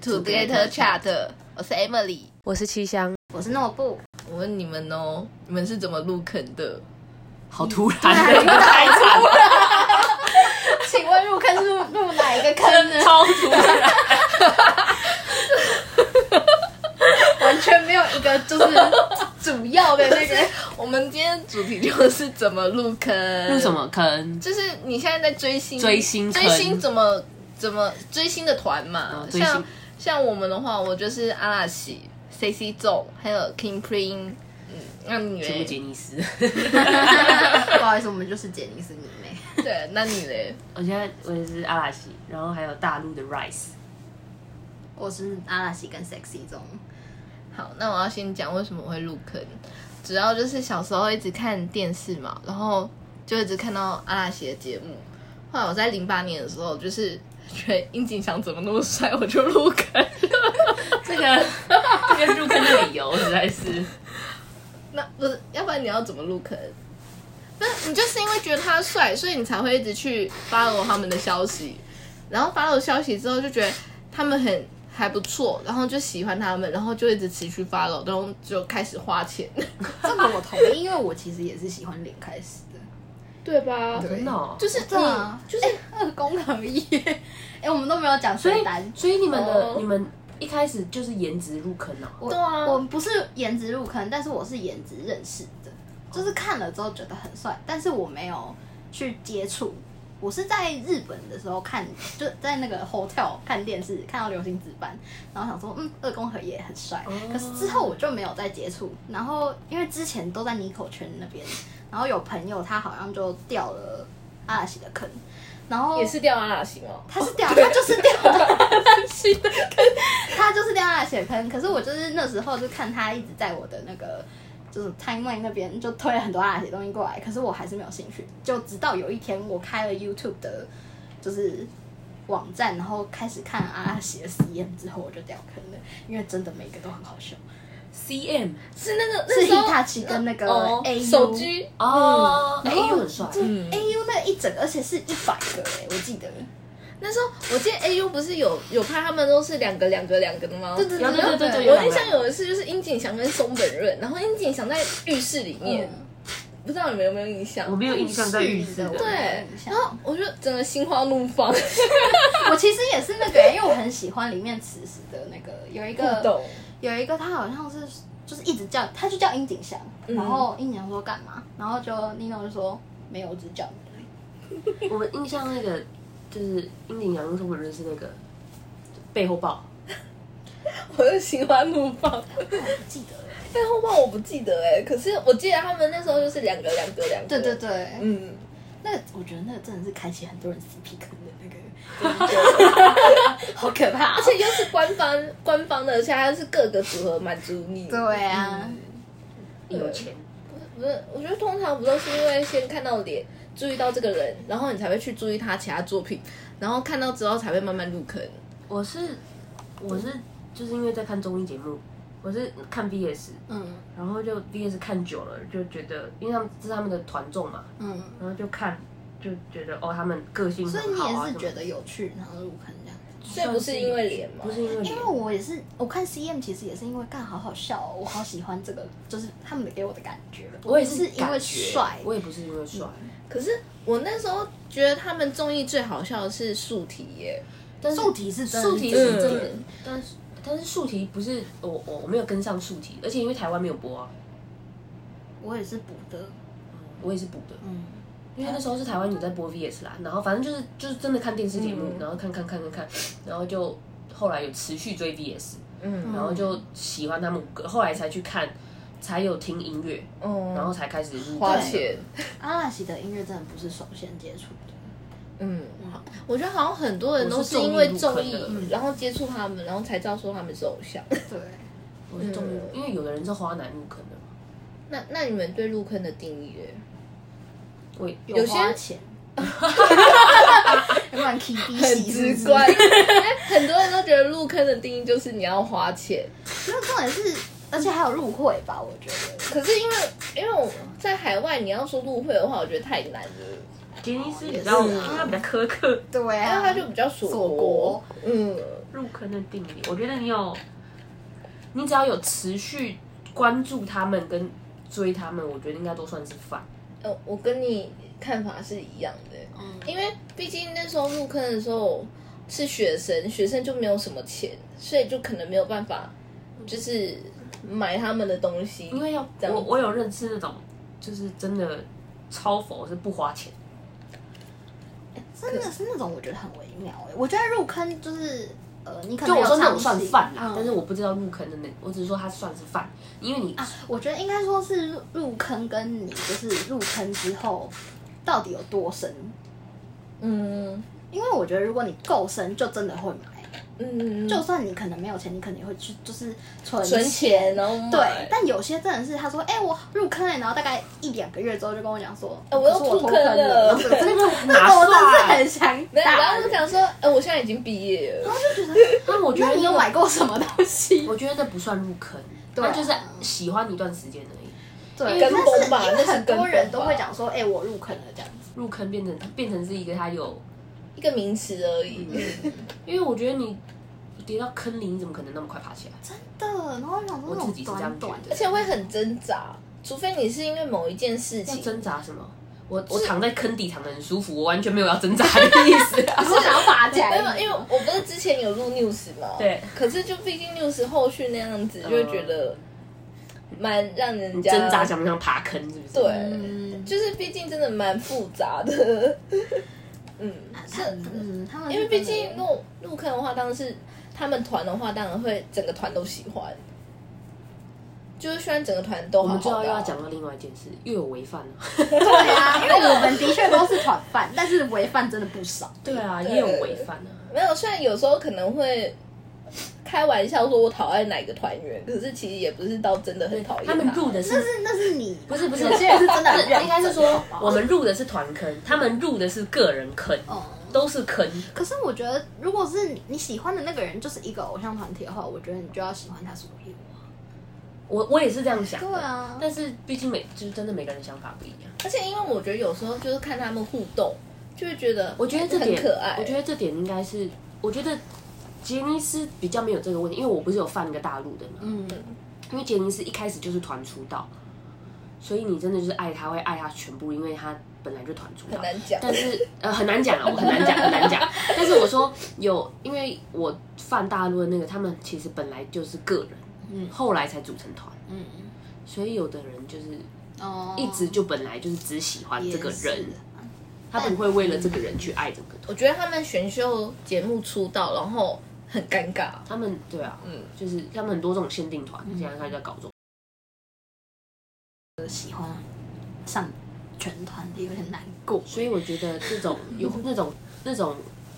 Together Chat，我是 Emily，我是七香，我是诺布，我问你们哦，你们是怎么入坑的？好突然对啊 的开场，请问入坑是入入哪一个坑呢？超突然，完全没有一个就是主要的那个。 我们今天的主题就是怎么入坑，入什？么坑？就是你现在在追星，追星坑追星怎么怎么追星的团嘛？哦追星像像我们的话，我就是阿拉西、C C 咒，还有 King Pring，嗯，那你全部嘞？杰尼斯。不好意思，我们就是杰尼斯迷妹。对，那你嘞？ 我现在我也是阿拉西，然后还有大陆的 Rise。我是阿拉西跟 Sexy 中，好，那我要先讲为什么我会入坑，主要就是小时候一直看电视嘛，然后就一直看到阿拉西的节目。后来我在零八年的时候，就是觉得殷景祥怎么那么帅，我就入坑。这 个这个入坑的理由实在是，那不是，要不然你要怎么入坑？那你就是因为觉得他帅，所以你才会一直去 follow 他们的消息，然后 follow 消息之后就觉得他们很还不错，然后就喜欢他们，然后就一直持续 follow，然后就开始花钱，这个我同意，因为我其实也是喜欢零开始的。对吧？对真的哦就是真的啊你就是二宫而已。哎，我们都没有讲所谁以单。所以你们的哦你们一开始就是颜值入坑啊。我对啊我不是颜值入坑，但是我是颜值认识的，就是看了之后觉得很帅，但是我没有去接触。我是在日本的时候看，就在那个 hotel 看电视，看到流星值班，然后想说，嗯，二宫和也很帅。哦可是之后我就没有再接触，然后因为之前都在妮口圈那边，然后有朋友他好像就掉了阿拉西的坑，然后也是掉阿拉西哦。他是掉，他就是掉 阿拉西的坑，他就是掉阿拉西的坑。可是我就是那时候就看他一直在我的那个就是 timeline 那边就推了很多阿拉西的东西过来，可是我还是没有兴趣。就直到有一天我开了 YouTube 的，就是网站，然后开始看阿拉西的 CM 之后，我就掉坑了，因为真的每一个都很好笑。 CM 是那个是那时候 Hitachi 跟那个哦 AU 手机，哦嗯，AU 很帅，就嗯 AU 那一整个，而且是一百个哎、我记得。嗯那时候我记得 AU 不是有有拍他们都是两个两个两个的吗？对对有对对对对，我印象有一次就是殷景祥跟松本润，然后殷景祥在浴室里面，不知道你们有没有印象？我没有印象在浴室是的的，对印，然象后我就整个心花怒放， 我其实也是那个，因为我很喜欢里面此时的那个有一不个懂。有一个他好像是就是一直叫他就叫樱井翔，然后樱井翔说干嘛，然后就 Nino 就说没有，我只是叫你而我们印象那个就是樱井阳跟我认识那个背后抱，我就心花怒放，已，不记得了。但后半我不记得哎、可是我记得他们那时候就是两个两个两个，对对，对，嗯，那个我觉得那个真的是开启很多人 CP 坑的那个， 好可怕而哦。且又是官方官方的，而且它是各个组合满足你，对啊，有钱，不是，我觉得通常不都是因为先看到脸，注意到这个人，然后你才会去注意他其他作品，然后看到之后才会慢慢入坑。我是我是就是因为在看综艺节目，我是看 VS，嗯然后就 VS 看久了就觉得，因为他们这是他们的团众嘛，嗯，然后就看就觉得哦，他们个性所以很你好也啊，是觉得有趣，然后入坑这样。所以不是因为脸吗？不是因为因脸为，我也是，我看 CM 其实也是因为干好好笑、哦，我好喜欢这个，就是他们给我的感觉。我也是因为感觉帅，嗯我也不是因为帅，可是我那时候觉得他们综艺最好笑的是素体耶，但是素体是真的素体是是真真的的，但是但是竖题不是我我我没有跟上竖题，而且因为台湾没有播啊，我也是补的，我也是补的。嗯，因为那时候是台湾有在播 VS 啦，然后反正就是就是真的看电视节目，嗯然后看看看看看，然后就后来有持续追 VS，嗯然后就喜欢他们五个，后来才去看，才有听音乐，哦，然后才开始入花坑钱，阿拉西的音乐真的不是首先接触的，嗯，好我觉得好像很多人都是因为综艺，然后接触他们，然后才知道说他们是偶像。 对，我是终于，嗯因为有的人是花男入坑的嘛，那那你们对入坑的定义耶？我也有有花些 钱，有蛮 K B 系是不是，因为哎很多人都觉得入坑的定义就是你要花钱，没有重点是，而且还有入会吧，我觉得可是因为因为我在海外，你要说入会的话，我觉得太难了，杰尼斯比比较较，因为他他比较苛刻，对因为啊，它就比较锁锁国，嗯，入坑的定理，我觉得你有，你只要有持续关注他们跟追他们，我觉得应该都算是饭。呃，我跟你看法是一样的，嗯因为毕竟那时候入坑的时候是学生，学生就没有什么钱，所以就可能没有办法，就是买他们的东西。因为要这样我我有认识那种，就是真的超佛是不花钱，真的是那种我觉得很微妙哎、我觉得入坑就是呃，你可就能我有说那尝种试算饭啊啦，嗯但是我不知道入坑的那，我只是说它算是饭，因为你啊，我觉得应该说是入入坑跟你就是入坑之后到底有多深，嗯因为我觉得如果你够深，就真的会买，嗯，就算你可能没有钱，你可能也会去就是存存钱哦然后买对，但有些真的是他说，哎、我入坑了，然后大概一两个月之后就跟我讲说，哎我可又是我出脱坑坑了然 后这个这个哪那个我真的是算很想没有，然 打后就人。想说，呃，我现在已经毕业了，那我觉那得你有那个买过什么东西？我觉得那不算入坑，对啊那就是喜欢一段时间而已。对，跟但是风吧因那为是很跟多人风吧都会讲说，哎、我入坑了这样子。入坑变成变成是一个他有，一个名词而已。因为我觉得你跌到坑里，你怎么可能那么快爬起来？对，然后我想说我那自种己是这样短觉短而 得，且会很挣扎，除非你是因为某一件事要情，挣扎什么？我我躺在坑底躺得很舒服，我完全没有要挣扎的意思、啊。我想要爬起没来，有，因为我不是之前有录 news 吗？对。可是就毕竟 news 后续那样子，就会觉得蛮让人你家挣扎想不想爬坑？是不是？对嗯就是毕竟真的蛮复杂的。嗯，是，嗯，他们因为毕竟那入入坑的话，当然是他们团的话，当然会整个团都喜欢。就是虽然整个团都我好们就好要的又啊、要讲到另外一件事，又有违犯了。 对啊，因为我们的确都是团饭，但是违犯真的不少。 对啊，对也有违犯啊。没有，虽然有时候可能会开玩笑说我讨厌哪个团员，可是其实也不是到真的很讨厌他们入的那是是那是你，啊 不是不是？有 些人是真的很 认真应该是说我们入的是团坑，他们入的是个人坑，嗯。都是坑。可是我觉得，如果是你喜欢的那个人就是一个偶像团体的话，我觉得你就要喜欢他所有啊。我我也是这样想的。对啊但是毕竟每就是真的每个人想法不一样。而且因为我觉得有时候就是看他们互动，就会觉得我觉得这很点，可爱。我觉得这点应该是，我觉得杰尼斯比较没有这个问题，因为我不是有犯一个大陆的嘛，嗯，因为杰尼斯一开始就是团出道，所以你真的就是爱他会爱他全部，因为他本来就团出道很。难讲。但是呃很难讲啊，我很难讲很难讲。但是我说有，因为我犯大陆的那个，他们其实本来就是个人，嗯后来才组成团，嗯，所以有的人就是哦，一直就本来就是只喜欢这个也人是，他不会为了这个人去爱整个团。我觉得他们选秀节目出道，然后很尴尬。他们对啊，嗯，就是他们很多这种限定团，现在开始在搞这种。喜欢上全团体有点难过。所以我觉得这种有那种那种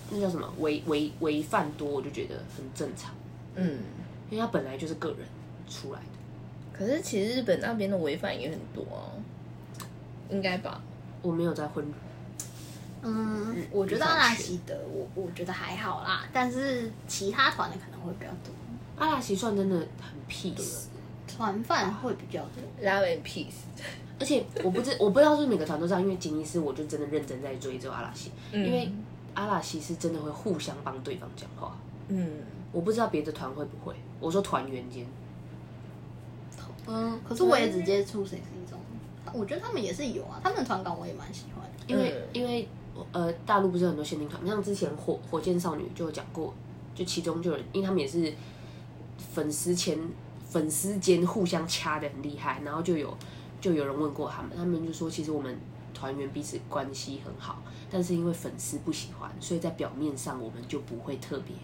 那叫什么违违违犯多，我就觉得很正常，嗯，因为他本来就是个人出来的。可是其实日本那边的违反也很多啊，应该吧？我没有在混入，嗯，我觉得阿拉西德，我我觉得还好啦，但是其他团的可能会比较多，阿拉奇算真的很 peace，团饭会比较多。拉 in peace，而且我不知我不知道是不是每个团都这样，因为吉尼斯我就真的认真在追这个阿拉西，嗯因为阿拉西是真的会互相帮对方讲话，嗯，我不知道别的团会不会。我说团员间，嗯，可是我也只接触 C C 中，我觉得他们也是有啊，他们的团感我也蛮喜欢的。因为、嗯因为呃，大陆不是有很多限定团，像之前火火箭少女就有讲过，就其中就有人，因为他们也是粉丝间粉丝间互相掐的很厉害，然后就有就有人问过他们，他们就说其实我们团员彼此关系很好，但是因为粉丝不喜欢，所以在表面上我们就不会特别，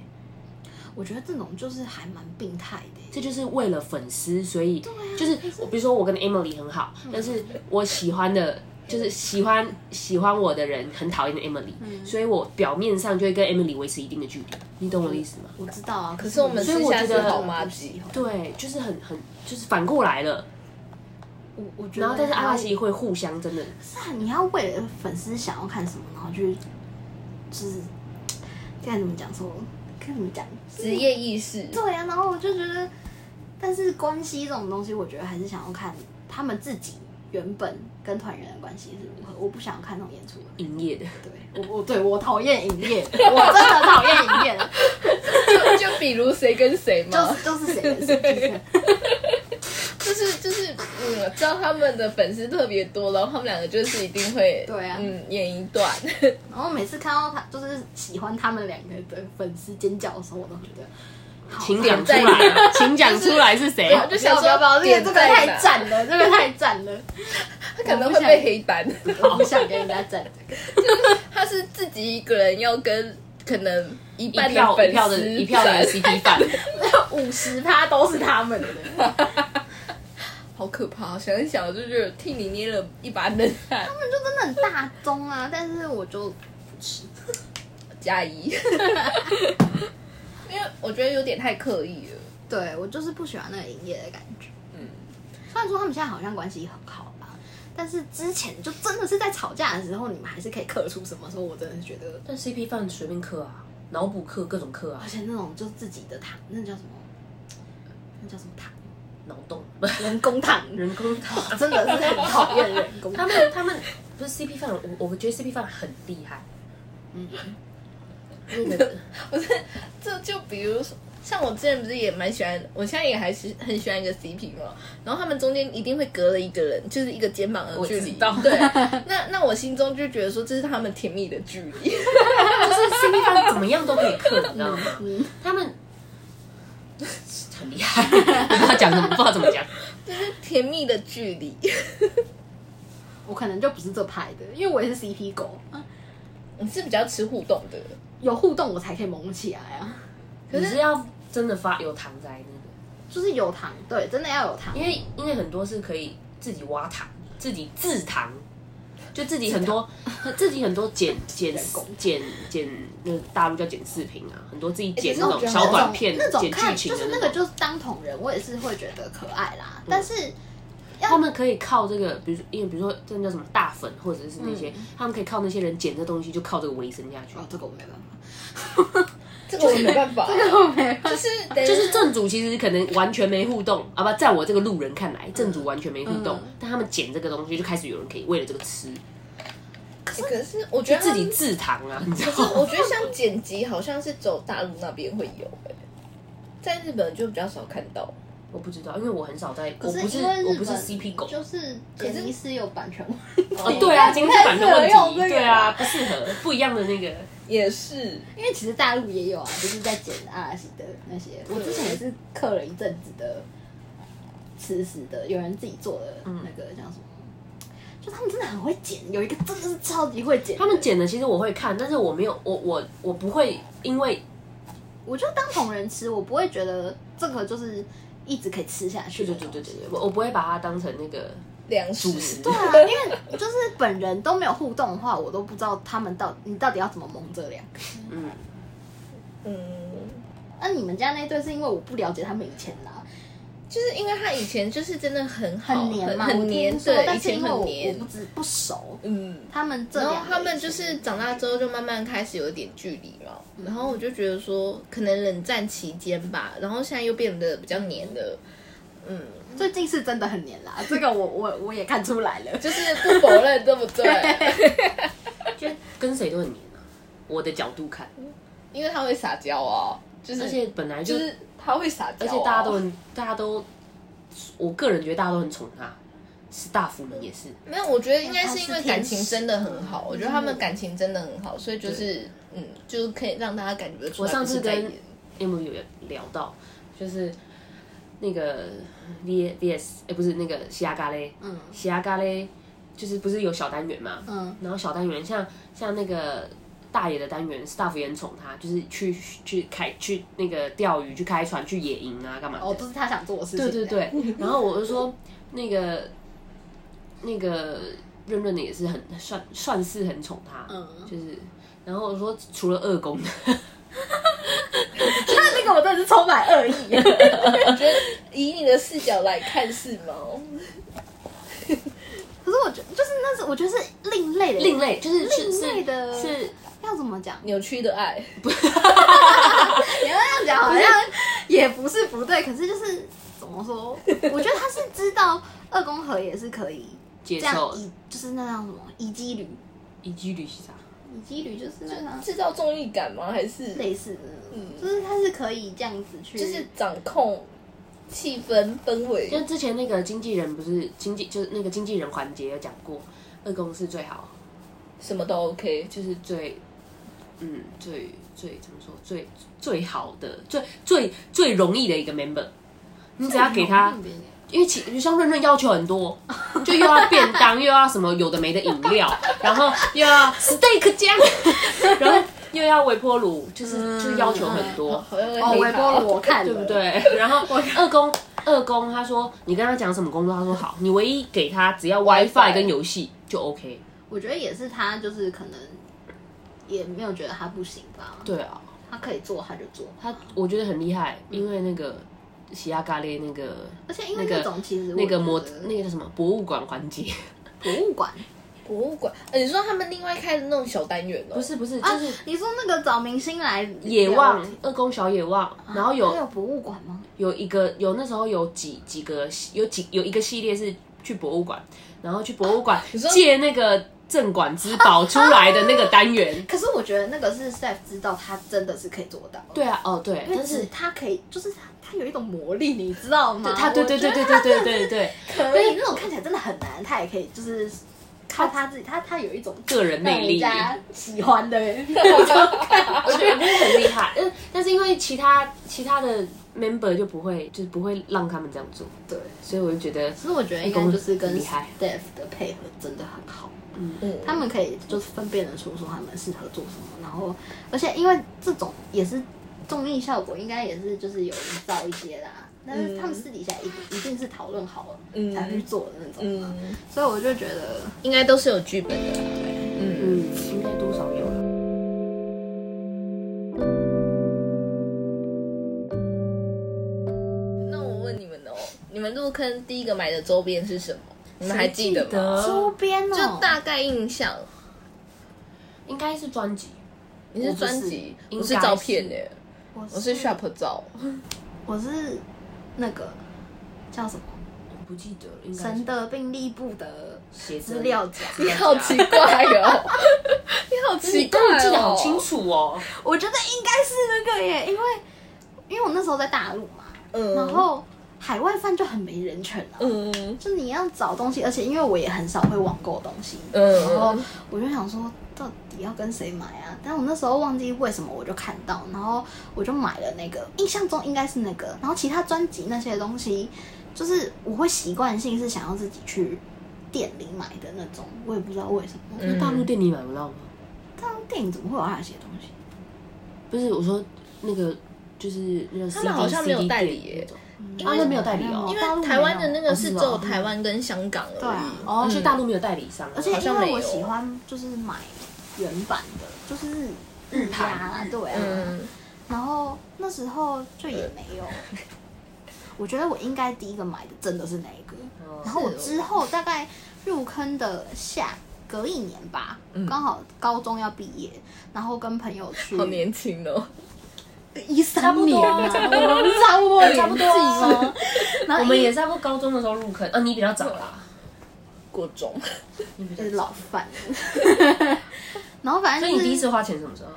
我觉得这种就是还蛮病态的这欸。就是为了粉丝，所以就是我比如说我跟 Emily 很好，但是我喜欢的。就是喜欢喜欢我的人很讨厌 Emily，、所以我表面上就会跟 Emily 维持一定的距离，你懂我的意思吗？我知道啊，可是我们所以私我下觉是得好妈鸡，对，就是很很就是反过来了。我我觉得，然后但是阿拉西会互相真的，是啊，你要为了粉丝想要看什么，然后去就是该怎么讲说，该怎么讲，职业意识，对啊，然后我就觉得，但是关系这种东西，我觉得还是想要看他们自己原本跟团员的关系是如何。我不想要看那种演出的。营业的， 对我，我对我讨厌营业，我真的讨厌营业。就就比如谁跟谁就嘛是，就是谁的事情。就是就是嗯，知道他们的粉丝特别多，然后他们两个就是一定会对啊嗯，演一段。然后每次看到他就是喜欢他们两个的粉丝尖叫的时候，我都觉得请讲出来，请讲出来是谁 对？啊就想说不要不要，点这个这个在太哪赞啊了，这个太赞了，他可能会被黑板，我不想跟人家赞这个。他是自己一个人要跟可能一一半票一粉票的丝一票的站 CP 饭，五十趴都是他们的，他 好可怕！想一想，就是替你捏了一把冷汗。们就真的很大众啊，但是我就不吃。加一，因为我觉得有点太刻意了。对我就是不喜欢那个营业的感觉。嗯，虽然说他们现在好像关系很好啦，但是之前就真的是在吵架的时候，你们还是可以克出什么，所以我真的觉得，但 CP 饭随便刻啊，脑补刻各种刻啊而，且那种就是自己的糖，那叫什么？那叫什么糖？脑洞人工糖，人工糖。真的是很讨厌人工他糖。们他们不是 CP 饭，我我觉得 CP 饭很厉害。嗯，那个我是这就比如说，像我之前不是也蛮喜欢，我现在也还是很喜欢一个 CP 嘛。然后他们中间一定会隔了一个人，就是一个肩膀的距离。我知道对，那那我心中就觉得说，这是他们甜蜜的距离。 就是 CP 饭怎么样都可以刻，你知道吗？嗯他们很厉害，不知道讲什么，不知道怎么讲。甜蜜的距离， 我可能就不是这派的，因为我也是 CP 狗，你是比较吃互动的。有互动我才可以萌起来啊。可 可是是要真的发有糖在那个。就是有糖，对，真的要有糖。因为因为很多是可以自己挖糖，自己制糖，就自己很多自己很多剪剪人工剪剪那个大陆叫剪视频啊，很多自己哎剪欸那可是我种觉得小短片那种剪看剧情就的是那个种。就是当同人，我也是会觉得可爱啦。但是他们可以靠这个，比如说，因为比如说，真的叫什么大粉，或者是那些，他们可以靠那些人剪这东西，就靠这个维生下去嗯哦。，这个我没办法，这个我没办法，这个我没办法，就是等于就是正主其实可能完全没互动，啊不，在我这个路人看嗯来，正主完全没互动，但他们剪这个东西，就开始有人可以为了这个吃，可是我觉得他自们己制糖啊，你知可道吗是？我觉得像剪辑好像是走大陆那边会有、欸，在日本就比较少看到。我不知道，因为我很少在，我是不是因为我日不是本 CP 狗。就是可是剪辑师有版权问题哦对啊，不今天版的问太适合用题，这个对啊，不适合，不一样的那个。也是， 因为其实大陆也有啊，就是在剪阿拉西的那些，我之前也是刻了一阵子的，吃死的，有人自己做的嗯那个叫什么？就他们真的很会剪，有一个真的是超级会剪的。他们剪的其实我会看，但是我没有，我我我不会，因为我就当同人吃，我不会觉得这个就是一直可以吃下去对的对对对对，对我我不会把它当成那个粮食主食。对 啊，因为就是本人都没有互动的话，我都不知道他们到你到底要怎么蒙这两个。嗯，嗯，那、你们家那对是因为我不了解他们以前啦，就是因为他以前就是真的很好，很很黏嘛，很黏，我听说，对，以但是前因为我很我黏不，知不熟，嗯。他们这然后两个他们就是长大之后就慢慢开始有一点距离嘛，然后我就觉得说，可能冷战期间吧，然后现在又变得比较黏了，嗯，最近是真的很黏啦，这个我我我也看出来了，就是不否认，对不对？就跟谁都很黏啊。我的角度看，因为他会撒娇啊，就是而且本来就，就是他会撒娇、啊而且大家都很，大家都，我个人觉得大家都很宠他。是大福们也是，没有，我觉得应该是因为感情真的很好，我觉得他们感情真的很好，所以就是嗯，就是可以让大家感觉出来。我上次不是在跟演 M 有聊到，就是那个 V V S，哎、不是那个西亚咖嘞，嗯西亚咖嘞，就是不是有小单元嘛？嗯，然后小单元像像那个大爷的单元，staff 也很宠他，就是去去开去那个钓鱼、去开船、去野营啊，干嘛的？哦，这是他想做的事情，对对，对，然后我就说那个那个润润的也是很算算是很宠他，嗯就是然后我说除了二宫的。 他那个我真的是充满恶意，我觉得以你的视角来看是吗？ 可是我觉就是那是我觉得是另类的另类，就是是另类的是是要怎么讲？扭曲的爱，你要这样讲，好像也不是不对，可是就是怎么 说？我觉得他是知道二宫和也是可以接这样受以，就是那叫什么以基旅，一居旅行啥？以基旅就是那个啊制造综艺感吗？还是类似的，嗯就是它是可以这样子去，就是掌控气氛氛围？就之前那个经纪人不是经纪，就是那个经纪人环节有讲过，二宫是最好，什么都 OK，就是最，嗯，最最怎么说，最最好的，最最最容易的一个 member。你只要给他，因为其像润润要求很多， 就又要便当，又要什么有的没的饮 料，然后又要 steak 酱， 嗯然后又要微波炉，就是、就是要求很多。好像哦，微波炉我看了，对不？嗯对？然后二公二公他说你跟他讲什么工作，他说好，你唯一给他只要 WiFi 跟游戏就 OK。我觉得也是他就是可能也没有觉得他不行吧，对啊，他可以做他就做，他我觉得很厉害，因为那个喜亚咖喱那个而且因为那个那种其实我那个模觉得那个叫什么博物馆环节，博物馆博物馆。呃，你说他们另外开的那种小单元哦？ 不，是不是啊就是，你说那个找明星来野望聊啊二公小野望，然后有还有博物馆吗？有一个有那时候有几几个有几有一个系列是去博物馆，然后去博物馆说借那个镇馆之宝出来的那个单元。可是我觉得那个是 Steph 知道他真的是可以做到， 对啊，哦对，因为但只是他可以，就是他他有一种魔力，你知道吗？他对对对对对对对对，可以，那种看起来真的很难，他也可以，就是靠他自己，他他有一种 个人让魅人力，啊家喜欢的，我觉得我觉得很厉害。 但但是因为其他其他的 member 就不会，就是不会让他们这样做，对。所以我就觉得其实我觉得应该就是跟很厉 Steph 害的配合真的很好，嗯，他们可以就是分辨得出说他们适合做什么，然后而且因为这种也是综艺效果，应该也是就是有营造一些啦，但是他们私底下一定一定是讨论好了嗯才去做的那种嘛，嗯，所以我就觉得应该都是有剧本的啦。对嗯，嗯，应该多少有了。那我问你们哦，你们入坑第一个买的周边是什么？你们还记得谁记吗？得周边哦，就大概印象，应该是专辑，你是专辑，我我不是是照片耶，我我是 shop 照，我是那个叫什么我不记得了，应该神是的病历部的写真资料。夹，你好奇怪哦， 你好啊你奇怪当然哦，记得好清，楚哦， 我觉得应该是那个耶，因为因为我那时候在大陆嘛，嗯，然后海外饭就很没人权啊。嗯就你要找东西，而且因为我也很少会网购东西，然后嗯，我就想说到底要跟谁买啊？但我那时候忘记为什么我就看到，然后我就买了那个，印象中应该是那个，然后其他专辑那些东西，就是我会习惯性是想要自己去店里买的那种，我也不知道为什么。嗯大陆店你买不到吗？但电影怎么会有那些东西？不是，我说那个就是那个 CD 他们好像没有 CD 代理店耶那种，因啊为那没有代理哦，因大为陆没有台湾的那个是只有哦是哦台湾跟香港而已，对啊哦，所嗯以大陆没有代理商啊，而且好像因没为有我喜欢就是买原版的，就是日压啊，对啊。嗯，然后那时候就也没有。我觉得我应该第一个买的真的是那一个，哦然后我是哦之后大概入坑的下隔一年吧，刚好高中要毕业，然后跟朋友去好年轻哦，一差三不年多啊，啊，我们差不多，差不多啊。然后我们一也差不多高中的时候入坑，啊，你比较早啦，过中，你比较就是早。哎老范，然后反所正以就你是第一次花钱什么时候？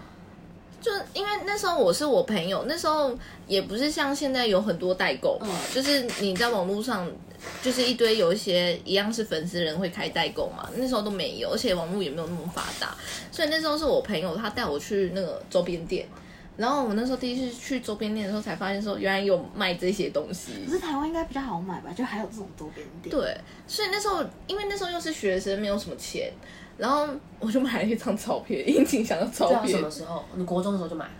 就是因为那时候我是我朋友，那时候也不是像现在有很多代购，嗯就是你在网络上。就是一堆有一些一样是粉丝人会开代购嘛，那时候都没有，而且网络也没有那么发达，所以那时候是我朋友他带我去那个周边店，然后我那时候第一次去周边店的时候才发现说原来有卖这些东西，可是台湾应该比较好买吧，就还有这种周边店。对，所以那时候因为那时候又是学生，没有什么钱，然后我就买了一张照片， 殷景祥的这照样什片么。时候？你国中的时候就买了？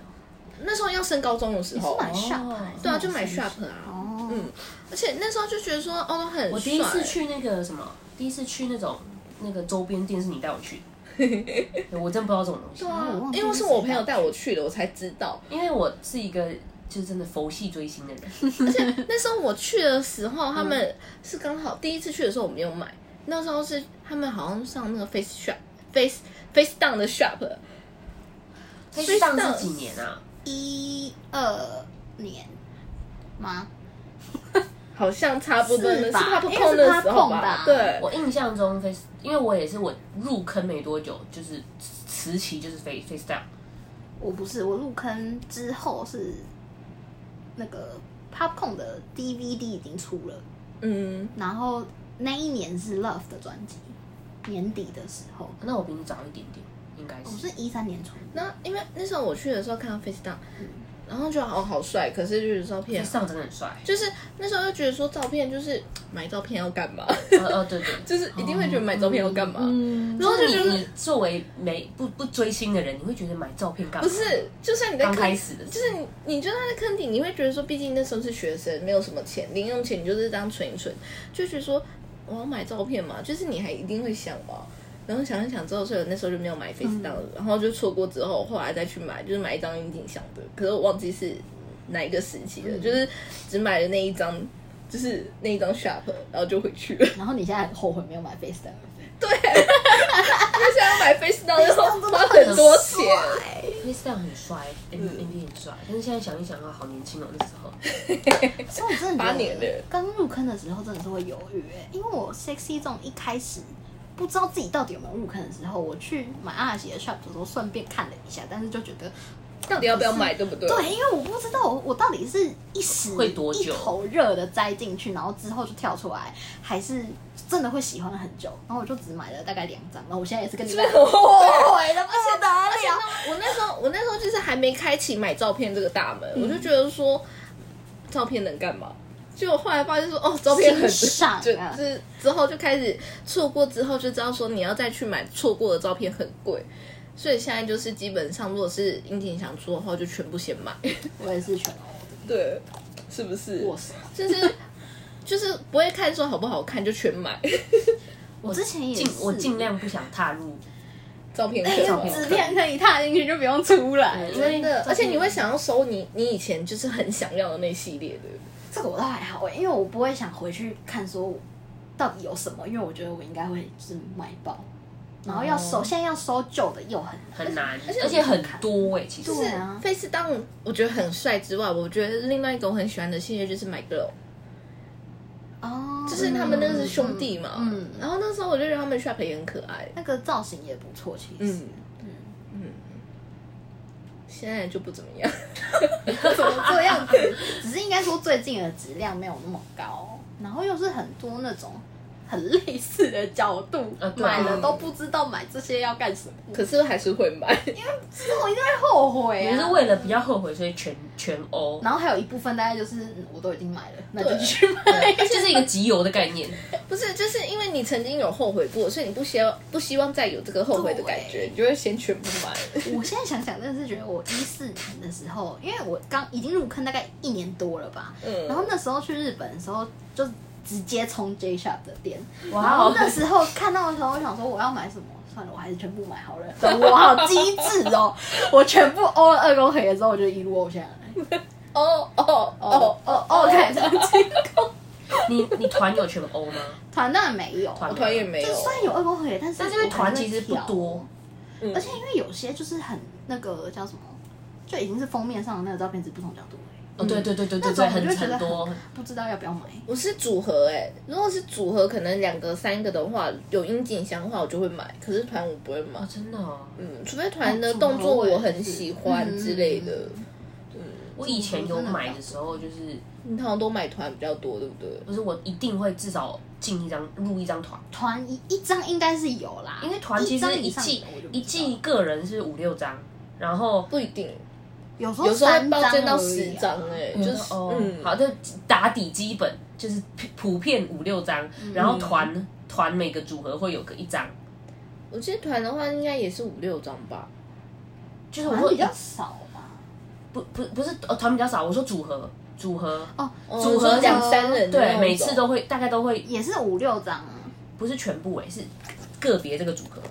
那时候要升高中的时你是候，买哦 shop 还是对啊，就买什么 shop 啊，哦，嗯，而且那时候就觉得说，哦，都很我帅第一次，去那个什么，第一次去那种那个周边店是你带我 去的，对我真不知道这种东西对，我啊忘，记因为是我朋友带我去的，我才知道。因为我是一个就是真的佛系追星的人， 那时候我去的时候，他们是刚好第一次去的时候我没有买，那时候是他们好像上那个 Face Shop、Face Face Down 的 Shop，所以上是几年啊？一二年吗？好像差不多，是那是吧他不因为碰是的他时候碰的吧啊？对，我印象中 Face，因为我也是我入坑没多久，就是辞时期就是 Face FaceTime，我不是，我入坑之后是那个 Popcorn 的 DVD 已经出了，嗯，然后那一年是 Love 的专辑，年底的时候，那我比你早一点点，应该哦我是。是一三年出的，那因为那时候我去的时候看到 FaceTime，然后觉得哦好帅，可是就是照片，Face，上真的很帅就是那时候就觉得说照片就是买照片要干嘛，呃呃对对，就是一定会觉得买照片要干嘛，嗯， 然后就你觉得你作为没不不追星的人，你会觉得买照片干嘛？不是，就算你在刚坑开始的时候，就是你，你就算在坑底，你会觉得说，毕竟那时候是学生，没有什么钱，零用钱你就是这样存一存，就觉得说我要买照片嘛，就是你还一定会想嘛。然后想一想之后，所以我那时候就没有买嗯 FaceTime，、然后就错过之后，后来再去买，就是买一张云景相的，可是我忘记是哪一个时期嗯了，就是只买了那一张，就是那一张 Sharp，然后就回去了。啊然后你现在很后悔没有买 FaceTime，他 现在买 FaceTime 要花很多钱， FaceTime 很帅，MV 嗯 MV 很帅，但是现在想一想啊，好年轻哦那时候。所以我 真的八觉年得了刚入坑的时候真的是会犹豫、欸，因为我 Sexy 这种一开始不知道自己到底有没有入坑的时候，我去买阿拉西的 Shop 的时候顺便看了一下，但是就觉得到底要不要买，对不对？对，因为我不知道我我到底是一时会多久一头热的栽进去，然后之后就跳出来，还是真的会喜欢很久。然后我就只买了大概两张，然后我现在 也是跟哦你们后悔的不得了。 我那时候，我那时候就是还没开启买照片这个大门，我就觉得说，照片能干嘛？结果后来发现说，哦，照片很欣赏啊就就是之后就开始错过，之后就知道说你要再去买错过的照片很贵，所以现在就是基本上，如果是殷景想出的话，就全部先买。我也是全欧 对，是不是的，我是。 就是就是不会看说好不好看就全买我之前也尽是我尽量不想踏入，照片 哎，课就嘛。纸片可以踏进去就不用出来。因哎真为的，而且你会想要收你你以前就是很想要的那系列的。 这个我倒还好哎、因为我不会想回去看说我到底有什么，因为我觉得我应该会就是买爆，然后要收，哦现在要收旧的又很难。很难，且而且很多哎，其实就是对啊 Face Down，我觉得很帅之外，我觉得另外一个我很喜欢的系列就是 My Girl，哦，就是他们那个是兄弟嘛。嗯嗯。然后那时候我就觉得他们 Shop 也很可爱。那个造型也不错，其实。嗯嗯。现在就不怎么样。怎么这样子？只是应该说最近的质量没有那么高，然后又是很多那种很类似的角度，呃对啊买了都不知道买这些要干什么，可是还是会买。这我一定会后悔我啊。是为了比较后悔，所以全全欧，然后还有一部分大概就是嗯我都已经买了，那就继续 买。就是一个集邮的概念。不是，就是因为你曾经有后悔过，所以你不希望不希望再有这个后悔的感觉，对你就会先全部买。 我现在想想，真的是觉得我一四年的时候，因为我刚已经入坑大概一年多了吧，嗯。然后那时候去日本的时候就直接冲 J Shop 的店，然哇后哦，那时候看到的时候，我想说我要买什么，算了，我还是全部买好了。我好机智哦！我全部欧了二公里的时候，我就一路欧下来。哦哦哦哦，哦，OK，这样子。你你团有全欧吗？团当然没有，团我团也没就有。算有二公里，但是但是因为我还团会其实不挑多，，嗯而且因为有些就是很那个叫什么，就已经是封面上的那个照片是不同角度了，哦对对对对对那对，种我就很会觉得很多很，不知道要不要买。我是组合哎、如果是组合，可能两个、三个的话，有樱井香的话，我就会买。可是团我不会买哦，真的哦。嗯，除非团的动作我很喜嗯欢之类的。我以前有买的时候，就是你通常都买团比较多，对不对？不是我一定会至少进一张入一张团，团一一张应该是有啦，因为团其张实以一上季的我就不知道一季个人是五六张，然后不一定，有时候有时候会三暴增到而已十啊张哎、就是、哦，嗯，好，就打底基本就是普普遍五六张，嗯然后团团每个组合会有个一张，我记得团的话应该也是五六张吧。就是我团说比较少吧。不不不是哦，团比较少，我说组合组合，哦，哦组合你说两三人的那对，种每次都会大概都会也是五六张啊。不是全部欸诶，是个别这个组合，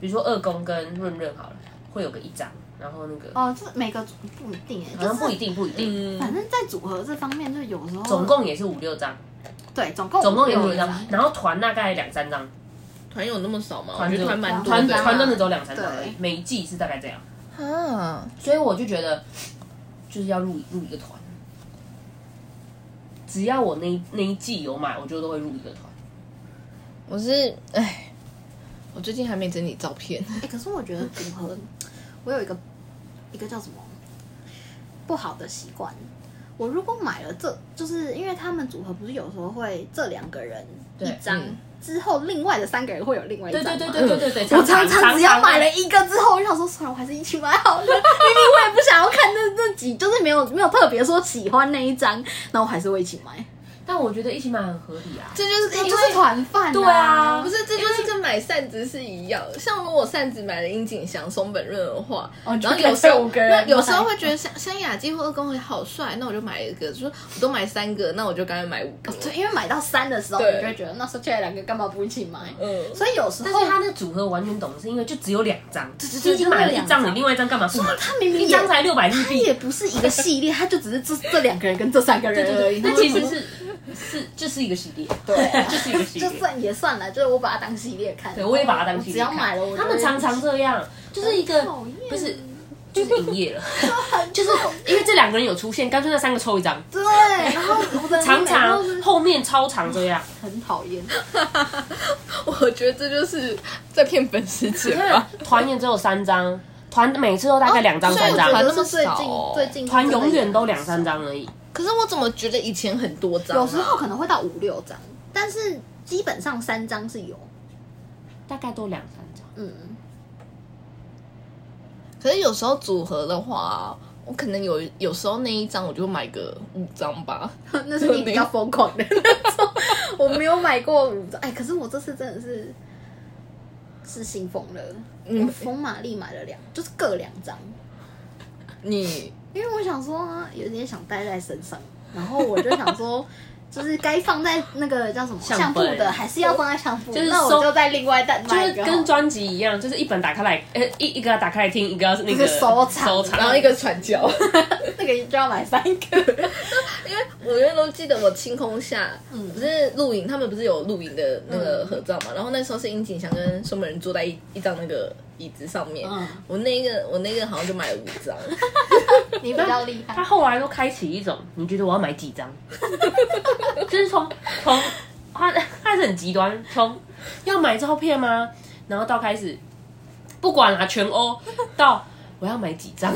比如说二公跟润润好了，会有个一张，然后那个哦，这每个组不一定哎、好像不一定。定不一定，嗯，反正在组合这方面，就有时候总共也是五六张，对总共总共也五有六张，然后团大概两三张，团有那么少吗？我团觉得哦团蛮多团的。团真的只有两三张而对已，每一季是大概这样。啊，所以我就觉得就是要入入一个团，只要我那一那一季有买，我就都会入一个团。我是哎，我最近还没整理照片，哎、可是我觉得组合，我有一个一个叫什么不好的习惯。我如果买了这，就是因为他们组合不是有时候会这两个人一对张，嗯之后另外的三个人会有另外一张对嘛。对对对对对 对，我常常只要买了一一个之后，我就想说，算了，我还是一起买好了。 明明我也不想要看那那几，就是没有没有特别说喜欢那一张，那我还是会一起买。但我觉得一起买很合理啊。这就是因为就是团饭、对啊不是，这就是跟买扇子是一样。像如果扇子买了樱井翔、松本润的话，哦然就后有看时候六个人那有时候买会觉得像像雅纪或者跟我好帅，那我就买一个，就说我都买三个，那我就干脆买五个。哦对，因为买到三的时候，对你就会觉得那剩下两个干嘛不一起买？嗯，所以有时但候是他的组合完全懂，是因为就只有两张，对就已经买了就只一有两张，张你另外一张干嘛不买？他明明也一张才六百日他币，也不是一个系列，他就只是这 这两个人跟这三个对人而对已。对，呃那其实是是就是一个系列，对， 就是一个系就列。算也算了，就是我把它当系列看。对，我也把它当系列我看只要买了，我就他们常常这样，就是一个讨厌不是就是营业 了，就是因为这两个人有出现，干脆那三个抽一张，对，然后我 的常常每个都是后面超常这样。很讨厌。我觉得这就是在骗粉丝钱嗯因为吧。团也只有三张，团每次都大概哦两张所以三我张觉，得反那正么是最少近哦最近团真的永远都两很三少，张而已。可是我怎么觉得以前很多张啊、有时候可能会到五六张，但是基本上三张是有。大概都两三张。嗯，可是有时候组合的话，我可能有有时候那一张我就买个五张吧。 那是你比较疯狂的那种。我没有买过五张，哎，可是我这次真的是是心疯了。嗯我疯玛丽买了两，就是各两张，你因为我想说、啊、有点想带在身上，然后我就想说。就是该放在那个叫什么相相簿本的，还是要放在相簿？就是那收我就再另外再就买是一个好了。跟专辑一样，就是一本打开来，呃，一一个打开来听，一个要是那就个是收藏收藏，然后一个传教。那个就要买三个。因为我永远都记得我清空下，嗯不是录影，他们不是有录影的那个合照嘛？然后那时候是殷景祥跟宋本人坐在一一张那个椅子上面，嗯我那一个我那个好像就买了五张， 你比较厉他害。后来都开启一种，你觉得我要买几张？就是从从他他是很极端，从要买照片吗？然后到开始不管啊，全欧到我要买几张，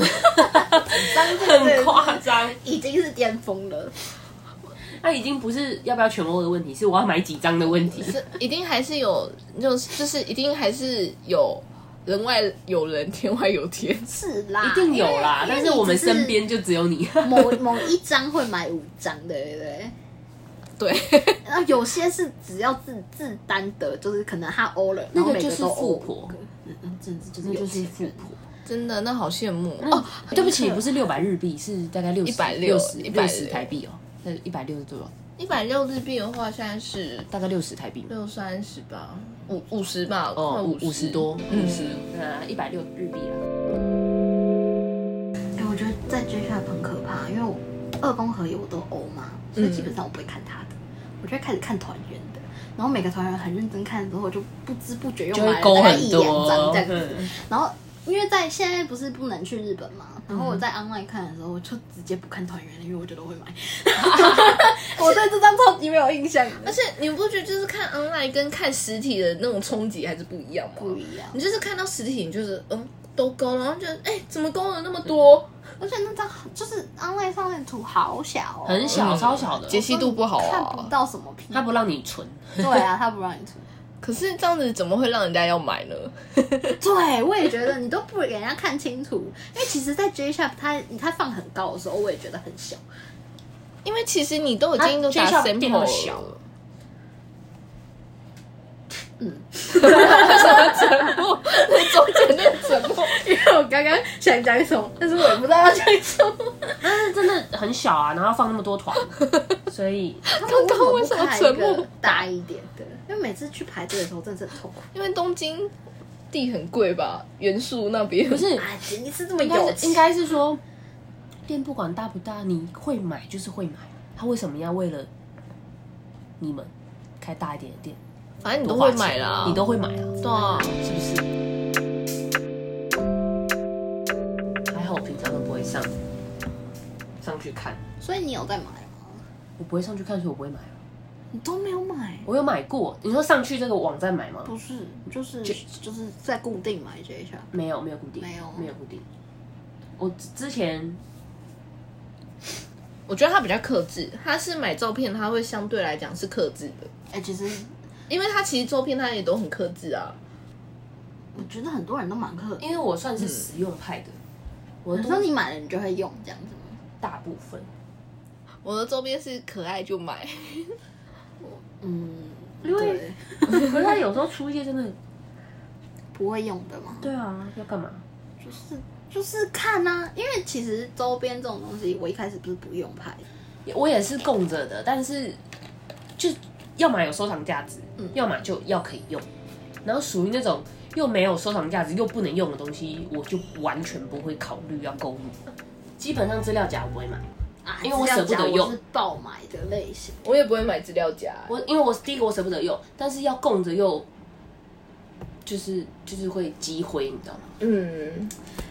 很夸张。已经是巅峰了，他已经不是要不要全欧的问题，是我要买几张的问 题。是一定还是有，就是就是一定还是有人外有人，天外有天。是啦，一定有啦，因为但因为是我们你只身边就只有你。某某一张会买五张，对不对？对，然后呃有些是只要自自单的，就是可能他欧了，那然后个每就个是都富欧婆，嗯嗯，真的就是那就有是钱富人。婆。真的，那好羡慕哦哦。，对不起，不是六百日币，是大概六160六十六十160台币哦，那一百六十多少？一百六日币的话，现在是大概六十台币嘛。六三十吧，五五十吧，快哦，五五五十多，嗯五十呃一百六日币啊了。哎，我觉得在 J Cup 很可怕，因为我二宫和也我都欧嘛，嗯所以基本上我不会看他的，我就会开始看团员的。然后每个团员很认真看的时候，我就不知不觉又就买了会勾大概很一两张多这，样子。嗯然后因为在现在不是不能去日本嘛，然后我在 online 看的时候，我就直接不看团员了，因为我觉得我会买。 我对这张超级没有印象的，而且你不觉得就是看 online 跟看实体的那种冲击还是不一样吗？不一样。你就是看到实体，你就是嗯都勾，然后觉得哎、怎么勾了那么多？而且那张就是 online 上面图好小哦，很嗯小，超小的，解析度不好看不啊。到什么屁。它不让你存。对啊，他不让你出。可是这样子怎么会让人家要买呢？对，我也觉得你都不给人家看清楚，因为其实，在 J Shop 它它放很高的时候，我也觉得很小。因为其实你都已它经都打 J-Shop 变那 sample 么小了 嗯，那中间那个沉默，因为我刚刚想讲什么，但是我也不知道要讲什么。 但是真的很小啊，然后放那么多 团，所以刚刚为什么沉为什么不看一默个？大一点的？因为每次去排队的时候真的是很痛苦。因为东京地很贵吧，元素那边不是啊，你是这么应该有是钱，应该是说，店不管大不大，你会买就是会买，他为什么要为了你们开大一点的店？反正你多都花会钱买啦，你都会买啊，对啊。是不是？还好我平常都不会上上去看，所以你有在买吗？我不会上去看，所以我不会买啊。你都没有买，我有买过，你说上去这个网站买吗？不是，就是就是在固定买这一下，没有，没有固定，没有没有固定。我之之前我觉得他比较克制，他是买照片，他会相对来讲是克制的，哎、其实因为他其实照片他也都很克制啊。我觉得很多人都蛮客气。因为我算是实用派的，我你都说你买了你就会用这样子吗？大部分，我的周边是可爱就买，嗯，因为 对，可是他有时候出一些真的，不会用的嘛，对啊，要干嘛？就是就是看呐、因为其实周边这种东西，我一开始不是不用拍，我也是供着的，但是就要么有收藏价值，嗯要么就要可以用。然后属于那种又没有收藏价值又不能用的东西，我就完全不会考虑要购入。基本上资料夹我不会买，啊，因为我舍不得这样用讲我是爆买的类型，我也不会买资料夹、啊我因为我第一个我舍不得用，但是要供着又就是就是会积灰，你知道吗？嗯，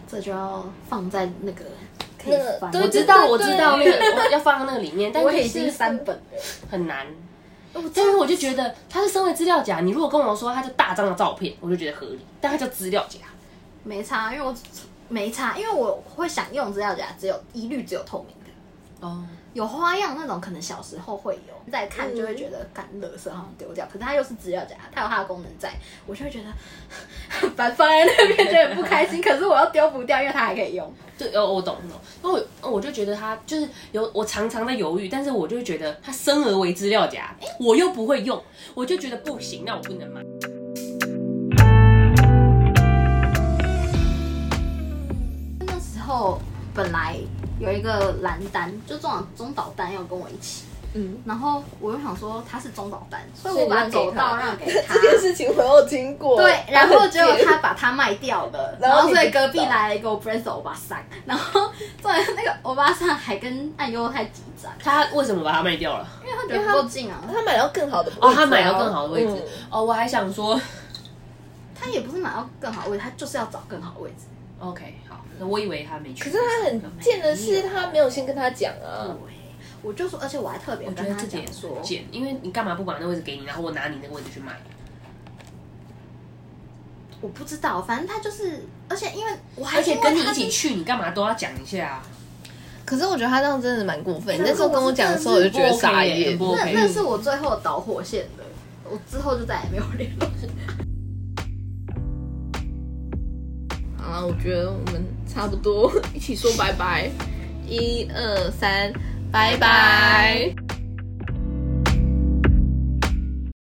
这就要放在那个可那个以翻。对我知道我知道那个我要放到那个 里面，但我是已经三本了，很难。我但是我就觉得它是身为资料夹，你如果跟我说它叫大张的照片，我就觉得合理，但它叫资料夹。没差，因为我没差，因为我会想用资料夹，只有一律只有透明的。哦，有花样那种，可能小时候会有，再看就会觉得干垃圾好像丢掉，可是它又是资料夹，它有它的功能在，我就会觉得 很烦，放在那边觉得很不开心，可是我又丢不掉，因为它还可以用。对，哦，我懂，我懂。那我我就觉得它就是有，我常常在犹豫，但是我就会觉得它生而为资料夹，我又不会用，我就觉得不行，那我不能买。那时候本来有一个蓝单，就中岛中岛丹要跟我一起，嗯，然后我又想说他是中岛丹，所以所以我你把让给走道他让给他这。件事情我有听过。 对，然我后很结果贱他把它卖掉了，然然后后所你以不知隔壁道来了一个 b r a n 欧巴桑，然后作为那个欧巴桑还跟暗优太急展，他为什么把它卖掉了？因为他觉得不够近啊，他买到更好的位置啊嗯哦，他买到更好的位置。哦，我还想说他也不是买到更好的位置，他就是要找更好的位置。 ，OK，好，那我以为他没去。可是他很贱的是，他没有先跟他讲啊对。，我就说，而且我还特别嗯我觉跟得他这点讲也是说，贱，因为你干嘛不把那位置给你，然后我拿你那个位置去卖？我不知道，反正他就是，而且因为我还而且跟你一因起为去，你干嘛都要讲一下啊？可是我觉得他这样真的蛮过分。那那时候跟我讲的时候，我就觉得傻眼。不他是 OK，那那是我最后的导火线了，我之后就再也没有联络。好了，我觉得我们差 不多，一起说拜拜。一二三，拜拜